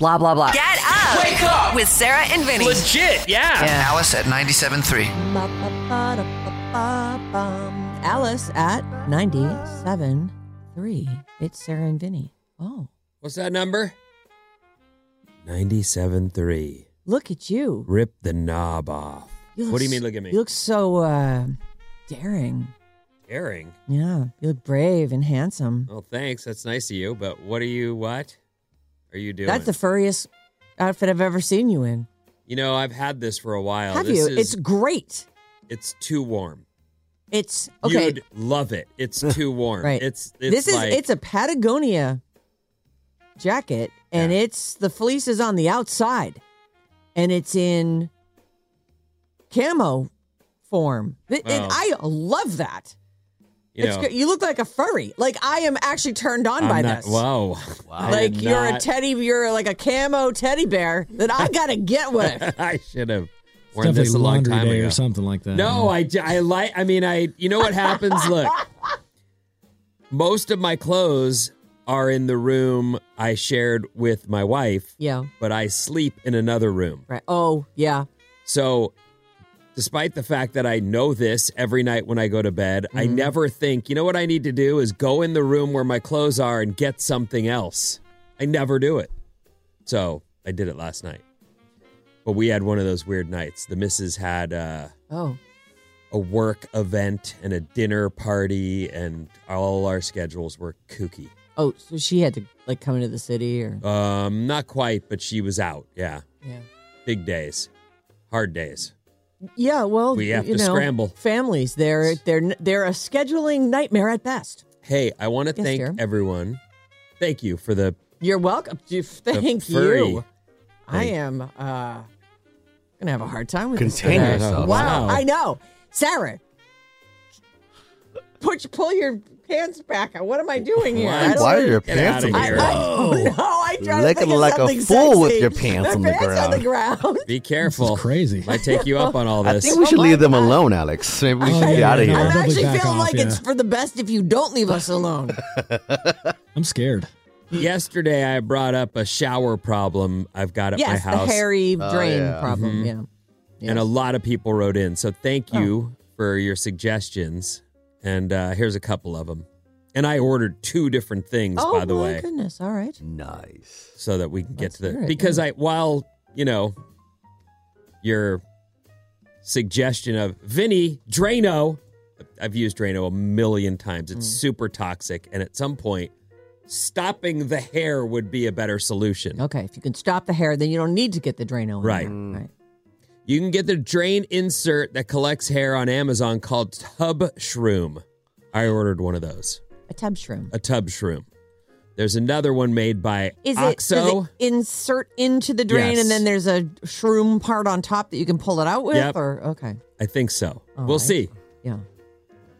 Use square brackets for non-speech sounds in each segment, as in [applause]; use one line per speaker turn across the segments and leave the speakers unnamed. Blah, blah, blah.
Get up.
Wake up.
With Sarah and Vinny.
Legit, yeah.
Yeah.
Alice at 97.3.
Ba-ba-ba-da-ba-ba-bum. Alice at 97.3. It's Sarah and Vinny. Oh,
What's that number? 97.3.
look at you.
Rip the knob off.
You look
what do you mean,
s-
look at me?
You look so uh, daring.
Daring.
Yeah, you look brave and handsome.
Well, thanks. That's nice of you. But what are you, what are you doing?
That's the furriest outfit I've ever seen you in.
you know, I've had this for a while.
Have
this
you?
Is,
It's great.
it's too warm.
It's okay.
You'd love it.
[laughs]
It's too warm.
Right.
It's, it's
this is
like,
it's a Patagonia jacket, and
Yeah.
it's the fleece is on the outside, and it's in camo form. Th- And
Wow.
I love that.
you
it's
know,
good. you look like a furry. Like I am actually turned on
I'm
by
not-
this.
Wow. I
like
did
you're a
not-
teddy, you're like a camo teddy bear that
[laughs]
I gotta get with.
[laughs] I should have worn
Definitely
this a long
laundry
time
day
ago.
or something like that.
No, I, j- I like. I mean, I. You know what happens? Look, most of my clothes are in the room I shared with my wife,
Yeah.
but I sleep in another room.
Right. Oh yeah.
So, despite the fact that I know this every night when I go to bed, I never think. You know what I need to do is go in the room where my clothes are and get something else. I never do it. So I did it last night. But we had one of those weird nights. The missus had. uh
Oh.
a work event and a dinner party, and all our schedules were kooky.
Oh. So she had to like come into the city or
Um, not quite, but she was out. Yeah,
yeah.
big days, hard days.
Yeah, well,
We have
you
to
know,
scramble.
Families, they're they're they're a scheduling nightmare at best.
Hey, I want to
Yes,
thank
dear.
everyone. Thank you for the
You're welcome. [laughs] You- Thank
furry.
you. I am uh gonna have a hard time with
Contain
this. today.
yourself.
Wow,
Wow.
I know, Sarah. Put pull your hands back. What am I doing here? I don't
Why are your
Get
pants
outta
on the
I,
here.
ground?
I, oh [laughs] no! I tried
Licking
to think of
like a
something
fool with
sexy.
your pants
My
on the
pants on the ground.
be
This is
careful.
crazy.
Might take you up on
[laughs]
all
I
this.
think we should
Oh my
leave them
God.
alone, Alex. Maybe we
Oh,
should
[laughs]
get
yeah,
out of
yeah.
I'm
here.
Probably
actually
back
feeling
off,
like
yeah.
it's for the best if you don't leave us alone.
I'm scared.
Yesterday, I brought up a shower problem I've got at
yes,
my house, Mm-hmm.
the hairy
Oh,
drain
yeah.
problem. Yeah. Yes. Oh.
and a lot of people wrote in. So thank you for your suggestions. And uh, here's a couple of them. And I ordered two different things,
oh
by the
my
way.
goodness! All right.
Nice.
so that we can get
Let's
to the
hear it,
because
yeah.
I while you know your suggestion of Vinny Drano, I've used Drano a million times. It's
Mm.
super toxic, and at some point, stopping the hair would be a better solution.
Okay. If you can stop the hair, then you don't need to get the Drano. in
Right.
Mm.
there. Right.
You can get the drain insert that collects hair on Amazon called Tub Shroom. I ordered one of those,
A tub shroom.
a Tub Shroom. There's another one made by
Is it, does
Oxo.
it insert into the drain
Yes.
and then there's a shroom part on top that you can pull it out with?
Yep.
Or okay.
I think so.
All
we'll
right.
see.
Yeah.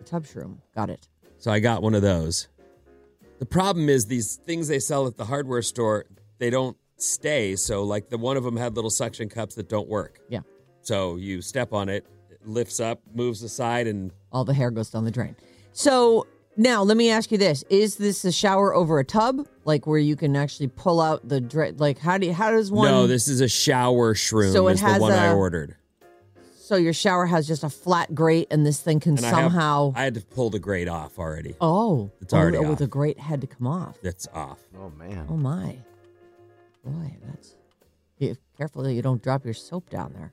A tub shroom. Got it.
So I got one of those. The problem is these things they sell at the hardware store, they don't stay. So like the one of them had little suction cups that don't work.
Yeah.
So you step on it, it lifts up, moves aside, and
All the hair goes down the drain. So now let me ask you this: Is this a shower over a tub, like where you can actually pull out the drain? Like how do you, how does one?
no, this is a shower shroom.
So it
is
has
the one I
a-
ordered.
So your shower has just a flat grate, and this thing can
And I have-
somehow.
I had to pull the grate off already.
Oh,
It's already
oh, oh,
off.
the grate had to come off.
That's off.
Oh, man.
Oh my, boy, that's yeah, careful that you don't drop your soap down there,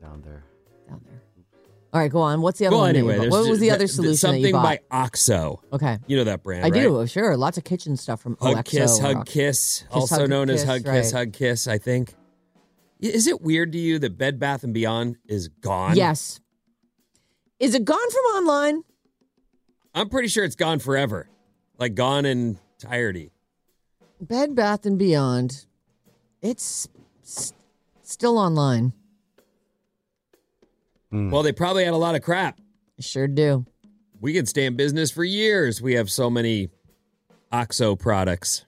Down there.
down there. All right, go on. What's the other
well,
one? that you
anyway,
bought?
there's
what was the
ju-
other
th-
solution
Something
that you bought?
by Oxo.
okay,
You know that brand,
I
right?
do. Oh, sure, lots of kitchen stuff from
Hug
Alexo
Kiss,
and
Hug
Rock-
Kiss, also
Hug
known as
Kiss,
Hug Kiss,
right.
Hug Kiss, I think. Y- Is it weird to you that Bed Bath and Beyond is gone?
Yes, is it gone from online?
I'm pretty sure it's gone forever. Like gone in entirety.
Bed Bath and Beyond It's s- still online.
Well, they probably had a lot of crap.
I sure do.
We could stay in business for years. We have so many OXO products.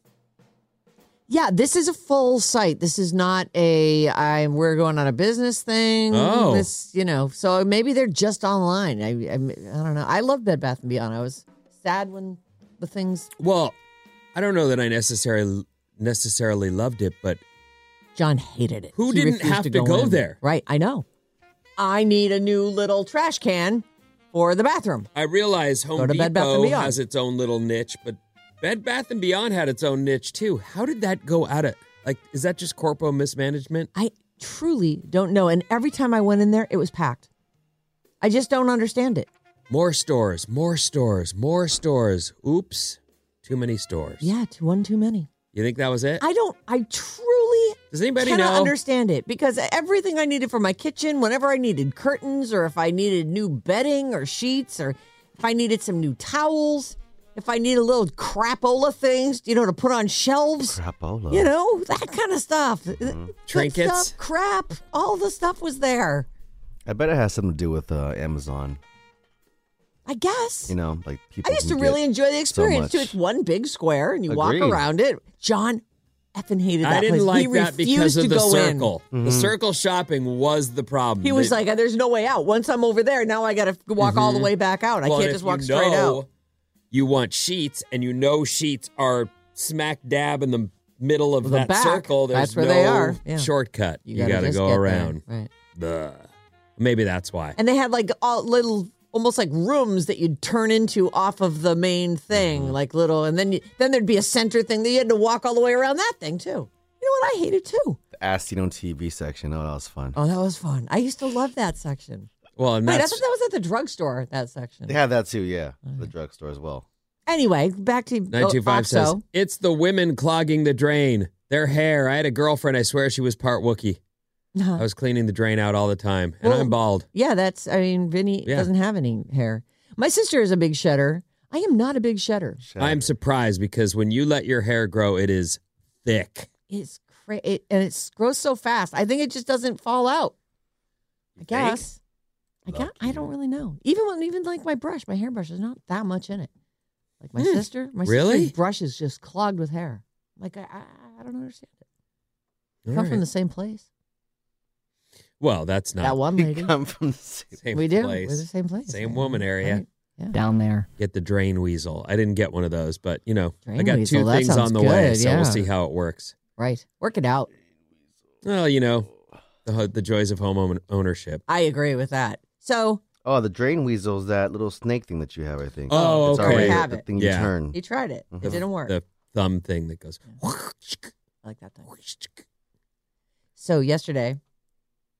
Yeah, this is a full site. This is not a I we're going on a business thing.
Oh.
This, you know, so maybe they're just online. I I, I don't know. I love Bed Bath and Beyond. I was sad when the things
Well, I don't know that I necessarily necessarily loved it, but
John hated it.
Who didn't
refused
have to go
in.
there?
Right, I know. I need a new little trash can for the bathroom.
I realize Home
Go to
Depot
Bed, Bath and Beyond.
has its own little niche, but Bed Bath and Beyond had its own niche too. How did that go out of like is that just corpo mismanagement?
I truly don't know. And every time I went in there, it was packed. I just don't understand it.
More stores, more stores, more stores. Oops. Too many stores.
Yeah, to one too many.
You think that was it?
I don't. I truly
Does anybody
cannot
know?
understand it because everything I needed for my kitchen, whenever I needed curtains or if I needed new bedding or sheets or if I needed some new towels, if I needed little crapola things, you know, to put on shelves,
Crapola.
you know, that kind of stuff. Good
Mm-hmm. Trinkets?
stuff, crap, all the stuff was there.
I bet it has something to do with uh, Amazon.
I guess.
You know, like people.
I used to
can
really
get
enjoy the
so
experience too.
much.
It's one big square and you walk
Agreed.
around it. John effing hated that
I didn't
place.
like
he
that
refused
because
to
of the
go in. Mm-hmm.
circle. The circle shopping was the problem.
He was
They- Mm-hmm.
like, "There's no way out. Once I'm over there, now I got to walk all the way back out. I
Well, and
can't
if
just walk
you
straight
know
out."
You want sheets, and you know sheets are smack dab in the middle of
The
that
back.
circle. There's
That's where
no
they are. Yeah.
shortcut. You, got to
just
go
get there.
around.
right?
Ugh. Maybe that's why.
And they had like all little, almost like rooms that you'd turn into off of the main thing,
Mm-hmm.
like little, and then you, then there'd be a center thing that you had to walk all the way around that thing too. You know what? I hated too.
The Ask You Don't TV section. Oh, that was fun.
Oh, that was fun. I used to love that section.
Well, and
Wait, I
that's
thought that was at the drugstore. That section.
They had that too, yeah. The drugstore as well.
Anyway, back to
nine two five says
Oxo.
it's the women clogging the drain. Their hair. I had a girlfriend. I swear she was part Wookie.
Uh-huh.
I was cleaning the drain out all the time, and
Well,
I'm bald.
Yeah, that's. I mean, Vinny
Yeah.
doesn't have any hair. My sister is a big shedder. I am not a big shedder.
I'm surprised because when you let your hair grow, it is thick.
It's cra It, and it grows so fast. I think it just doesn't fall out. I guess. I guess, I don't really know. Even when even like my brush, my hairbrush is not that much in it. Like my
Hmm.
sister, my
Really?
sister's brush is just clogged with hair. Like I, I, I don't understand it.
All
Come
right.
from the same place.
Well, that's not
That
[laughs]
one
We
lady.
come from the same. [laughs]
same
we do.
place.
We're the same place.
Same
right?
woman area.
Right. Yeah.
down there.
Get the drain weasel. I didn't get one of those, but you know, I
Drain
got
weasel,
two
that
things
sounds
on the way,
good,
so
yeah.
we'll see how it works.
Right. Work it out.
Well, you know, the, ho- the joys of home own- ownership.
I agree with that. So
Oh, the drain weasel's that little snake thing that you have, I think.
Oh,
it's
okay.
already
Have
the
it.
thing
Yeah.
you turn.
He tried it.
Mhm.
It didn't work.
Mm-hmm. The thumb thing that goes.
I like that thing. So yesterday,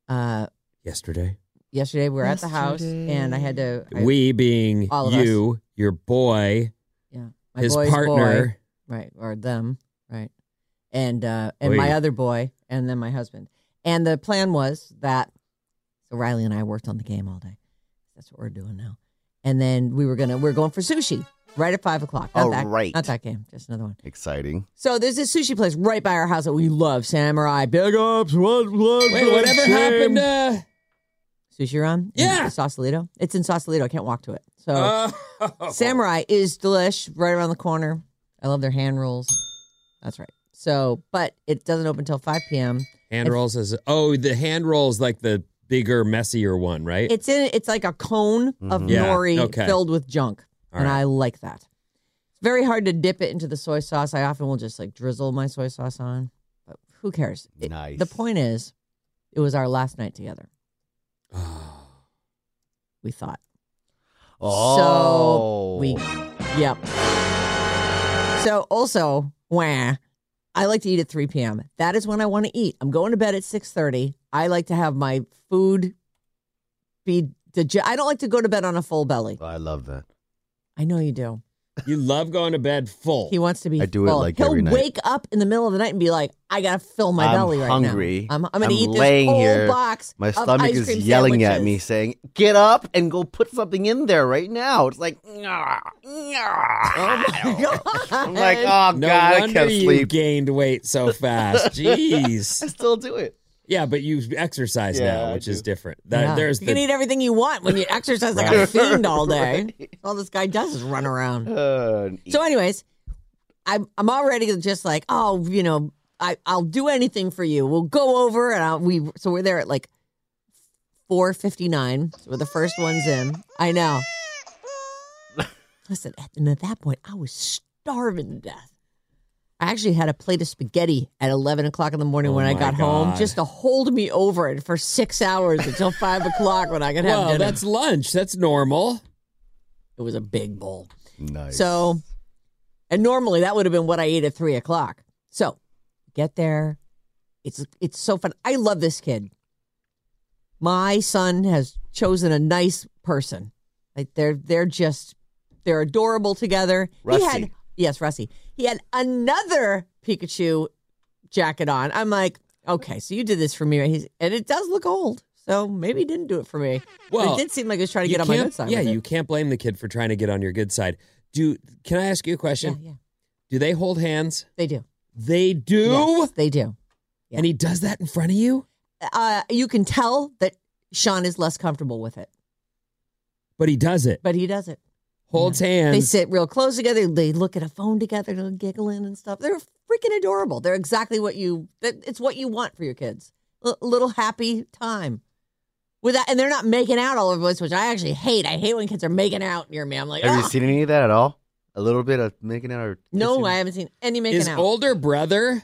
uh,
Yesterday,
yesterday we were at the house, and I had to. I-
we being
All of
you, your boy,
yeah, my
his
boy's
partner.
boy, right, or them, right, and uh, and
Oy.
my other boy, and then my husband. And the plan was that so Riley and I worked on the game all day. That's what we're doing now. And then we were gonna we are going for sushi right at five o'clock. Not
Oh,
that,
right.
Not that game. Just another one.
Exciting.
So there's this sushi place right by our house that we love, Samurai Big Ups. What, what,
Wait, whatever happened? Uh,
[laughs] Sushi Ron? in
Yeah.
Sausalito? It's in Sausalito. I can't walk to it. So
oh.
Samurai is delish right around the corner. I love their hand rolls. That's right. So, but it doesn't open until 5 p.m.
hand rolls is oh the hand rolls like the bigger messier one, right?
It's in it's like a cone of
Mhm.
Yeah,
nori
Mm-hmm. okay.
filled with junk.
All
and
right.
I like that. It's very hard to dip it into the soy sauce. I often will just like drizzle my soy sauce on, but who cares? It-
Nice.
The point is, it was our last night
[sighs]
together.
Oh.
We thought.
Oh.
we- Yep. So also, wah, I like to eat at 3 p.m. That is when I want to eat. I'm going to bed at 6:30. I like to have my food be. Dig- I don't like to go to bed on a full belly.
Oh, I love that.
I know you do.
You love going to bed full.
He wants to be.
I do it,
full.
like,
he'll
every night.
wake up in the middle of the night and be like, "I gotta fill my
I'm
belly right
hungry.
now. I'm I'm gonna
I'm
eat this
laying
whole
here.
box.
My
of
stomach
ice
is
cream
yelling at me
sandwiches."
saying, "Get up and go put something in there right now." It's like, "Nyah, nyah." I'm like, "Oh god,
no
I
wonder
can't
you
sleep."
gained weight
[laughs]
so fast.
I
Jeez.
still do it.
Yeah, but you exercise
Yeah,
now,
I
which is
do.
different. That,
Yeah.
There's
you can
the,
eat everything you want
[laughs]
when you exercise like a
Right.
fiend all day. All this guy does is run around.
Uh, and eat.
So, anyways, I'm I'm already just like, oh, you know, I I'll do anything for you. We'll go over and I'll, we so we're there at like four fifty nine. So we're the first ones in. I know. Listen, at, and at that point, I was starving to death. I actually had a plate of spaghetti at eleven o'clock in the morning
Oh
when I
my
got home,
God.
just to hold me over it for six hours until five o'clock when I could have
well,
dinner.
that's lunch. That's normal.
It was a big bowl.
nice.
So, and normally that would have been what I ate at three o'clock. So, get there. It's it's so fun. I love this kid. My son has chosen a nice person. Like they're they're just they're adorable together. He had
Rusty.
yes, Rusty. He had another Pikachu jacket on. I'm like, okay, so you did this for me, right? He's, and it does look old. So maybe he didn't do it for me. But
Well,
it did seem like he was trying to
You
get on my
can't-
good side.
Yeah,
with it.
you can't blame the kid for trying to get on your good side. Do can I ask you a
Yeah,
question?
yeah,
Do they hold hands?
they do.
They do,
Yes, they do. yeah.
and he does that in front of you.
uh, you can tell that Sean is less comfortable with it,
But he does it.
but he does it.
Holds hands.
They sit real close together. They look at a phone together, they're giggling and stuff. They're freaking adorable. They're exactly what you. that- It's what you want for your kids. A little happy time. With that, and they're not making out all over us, which I actually hate. I hate when kids are making out near me. I'm like,
have you
"Ugh."
seen any of that at all? A little bit of making out or
no,
kissing?
I haven't seen any making
Is
out.
older brother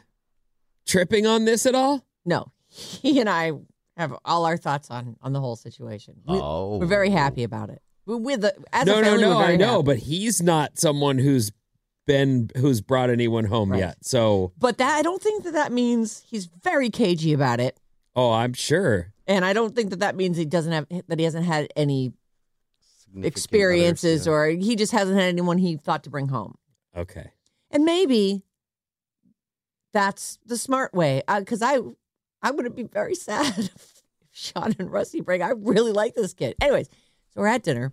tripping on this at all?
no, [laughs] he and I have all our thoughts on on the whole situation. We,
Oh.
We're very happy about it. We're with the as
no,
a family,
no,
we're
no.
very
I know,
happy.
but he's not someone who's been who's brought anyone home
Right.
yet. So,
But that I don't think that that means he's very cagey about it,
oh, I'm sure.
and I don't think that that means he doesn't have that he hasn't had any
Significant
experiences
others,
or he just hasn't had anyone he thought to bring home.
Okay.
And maybe that's the smart way because I I wouldn't be very [laughs] sad if Sean and Rusty break. I really like this kid. Anyways, so we're at dinner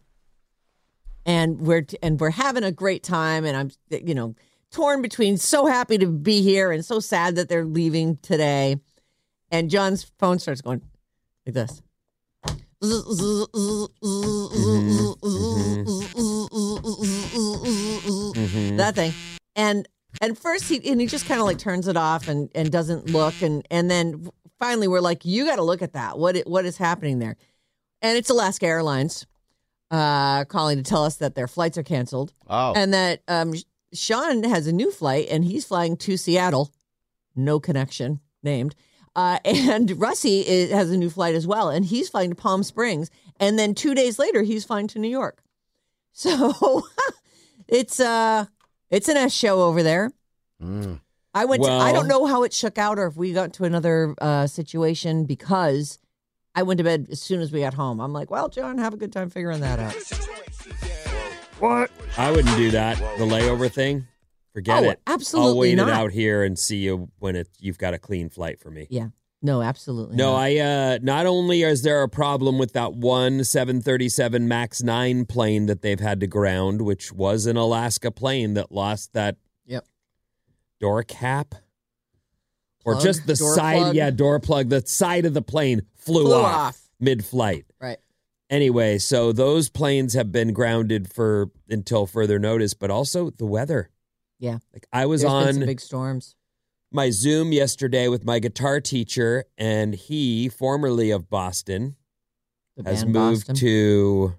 and we're and we're having a great time and I'm you know torn between so happy to be here and so sad that they're leaving today. And John's phone starts going like this. That thing. And and first he and he just kind of like turns it off and and doesn't look and and then finally we're like you got to look at that. What i- what is happening there? And it's Alaska Airlines uh calling to tell us that their flights are canceled
yeah. Oh.
and that um Sh- Sean has a new flight and he's flying to Seattle, no connection named. Uh, [laughs] and Russi is, has a new flight as well, and he's flying to Palm Springs. And then two days later, he's flying to New York. [laughs] So it's uh it's an S show over there.
Mm.
I went. to, I don't
Well-
know how it shook out, or if we got to another uh, situation because I went to bed as soon as we got home. I'm like, well, John, have a good time figuring that
[laughs]
out.
What?
I wouldn't do that. The layover thing. Forget
Oh,
it. I'll
absolutely
wait
not.
it out here and see you when it you've got a clean flight for me.
Yeah, no, absolutely.
No,
not.
I uh not only is there a problem with that one 737 MAX 9 plane that they've had to ground, which was an Alaska plane that lost that
Yep.
door cap or
Plug?
just the
Door
side
plug?
yeah, door plug, the side of the plane flew,
Flew
off,
off.
mid-flight.
right.
Anyway, so those planes have been grounded for until further notice, but also the weather.
Yeah.
Like I was
There's
on
been some big storms.
my Zoom yesterday with my guitar teacher, and he, formerly of Boston,
The
has
band
moved
Boston.
to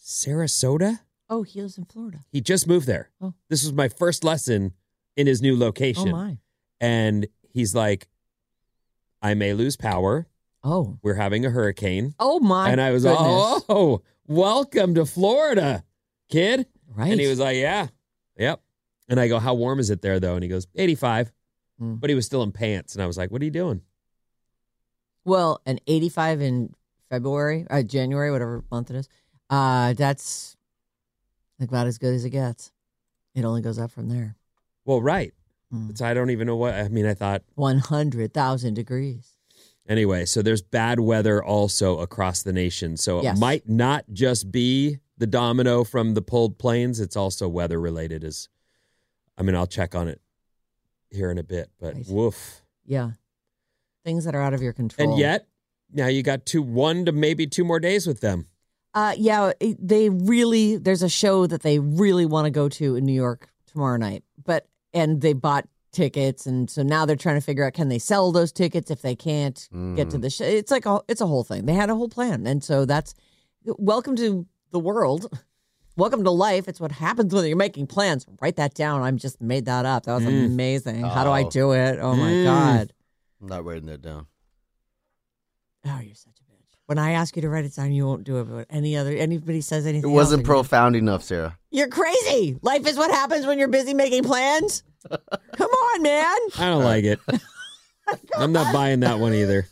Sarasota.
Oh, he lives in Florida.
He just moved there.
Oh.
This was my first lesson in his new
Oh
location.
my.
And he's like, I may lose power.
Oh.
We're having a hurricane.
Oh my.
and I was
goodness.
all, oh, welcome to Florida, kid.
right.
[laughs] And he was like, yeah, yep. And I go, how warm is it there, though? And he goes, 85.
Mm.
But he was still in pants. And I was like, what are you doing?
well, an 85 in February, uh, January, whatever month it is. Uh, that's about as good as it gets. It only goes up from there.
Well, right.
Mm.
So I don't even know what I mean. I thought
100,000 degrees.
anyway. So there's bad weather also across the nation. So it
Yes.
might not just be the domino from the pulled planes. It's also weather related. As I mean, I'll check on it here in a bit. But
Right.
woof.
Yeah. Things that are out of your control.
And yet, now you got two, one to maybe two more days with them.
Uh, yeah, it- they really, there's a show that they really want to go to in New York tomorrow night. But, and they bought tickets. And so now they're trying to figure out can they sell those tickets if they can't get
Mm.
to the show? It's like a, it's a whole thing. They had a whole plan. And so that's welcome to the world. [laughs] Welcome to life. It's what happens when you're making plans. Write that down. I'm just made that up. That was
Mm.
amazing. How do I
Oh.
do it? Oh my
Mm.
God.
I'm not writing that down.
Oh, you're such a bitch. When I ask you to write it down, you won't do it. But when any other anybody says
It
anything, else,
wasn't
I go,
profound
[laughs]
enough, Sarah.
You're crazy. Life is what happens when you're busy making plans. Come on, man.
I don't like it. I'm not buying that one either.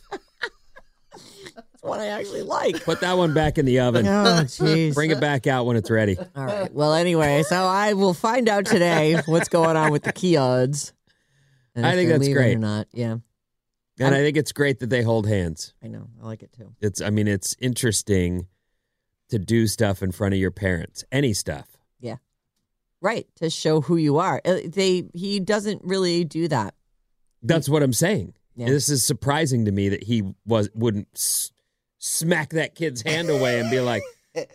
That's what I actually
[laughs]
like.
Put that one back in the
Oh, [laughs]
oven.
jeez.
Bring it back out when it's ready.
All right. Well, anyway, so I will find out today what's going on with the key odds. And
I
if
think
they're
that's
leaving
great.
Or not? Yeah,
And I think it's great that they hold hands.
I know. I like it too.
It's I mean, it's interesting to do stuff in front of your parents. Any stuff.
Right to show who you are. Uh, They he doesn't really do that.
That's what I'm saying.
Yeah.
This is surprising to me that he was wouldn't s- smack that kid's hand away and
[laughs]
be like,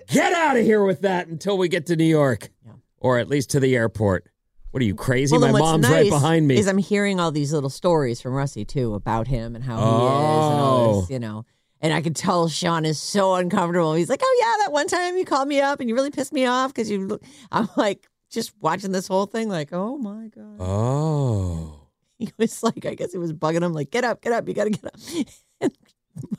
"Get out of here with that until we get to New York."
Yeah.
Or at least to the airport. What are you crazy?
then
My
what's
mom's
nice
right behind me.
Is I'm hearing all these little stories from Rusty too about him and how he is and all this,
Oh.
you know. And I could tell Sean is so uncomfortable. He's like, "Oh yeah, that one time you called me up and you really pissed me off because you." look-" I'm like, just watching this whole thing, like, "Oh my god." [laughs]
oh.
He was like, I guess it was bugging him, like, "Get up, get up, you gotta get up." [laughs] And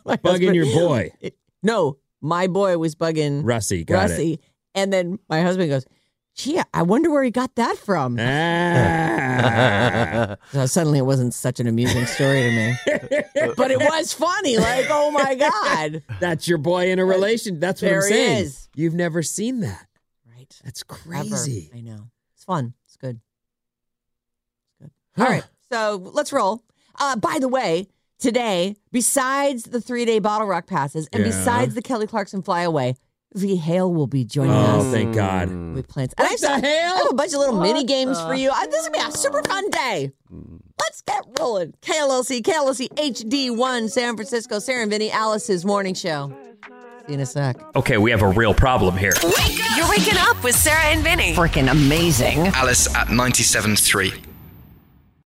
my
Bugging
husband-
your boy.
[gasps] No, my boy was bugging
Rusty, got it.
Rusty, and then my husband goes, "Gee, I wonder where he got that from." [laughs]
Ah.
So suddenly it wasn't such an amusing story to
[laughs]
me. but it was funny. Like, oh my God.
That's your boy in a relation. That's what
There
I'm
he
saying.
is.
You've never seen that.
Right.
That's
Ever.
crazy.
I know. It's fun. It's
[sighs]
good. It's good. All right. So let's roll. Uh, by the way, today, besides the three day bottle rock passes and
Yeah.
besides the Kelly Clarkson flyaway, V Hale will be joining
Oh,
us
thank God.
with plants. And I
What
have-
the
I have
hell?
a bunch of little mini games for you. I- This is gonna be a super fun day. Let's get rolling. KLLC, KLLC HD1, San Francisco, Sarah and Vinny, Alice's morning show. See you in a sec.
Okay, we have a real problem here.
You're waking up with Sarah and Vinny.
Freaking amazing.
Alice at 97.3.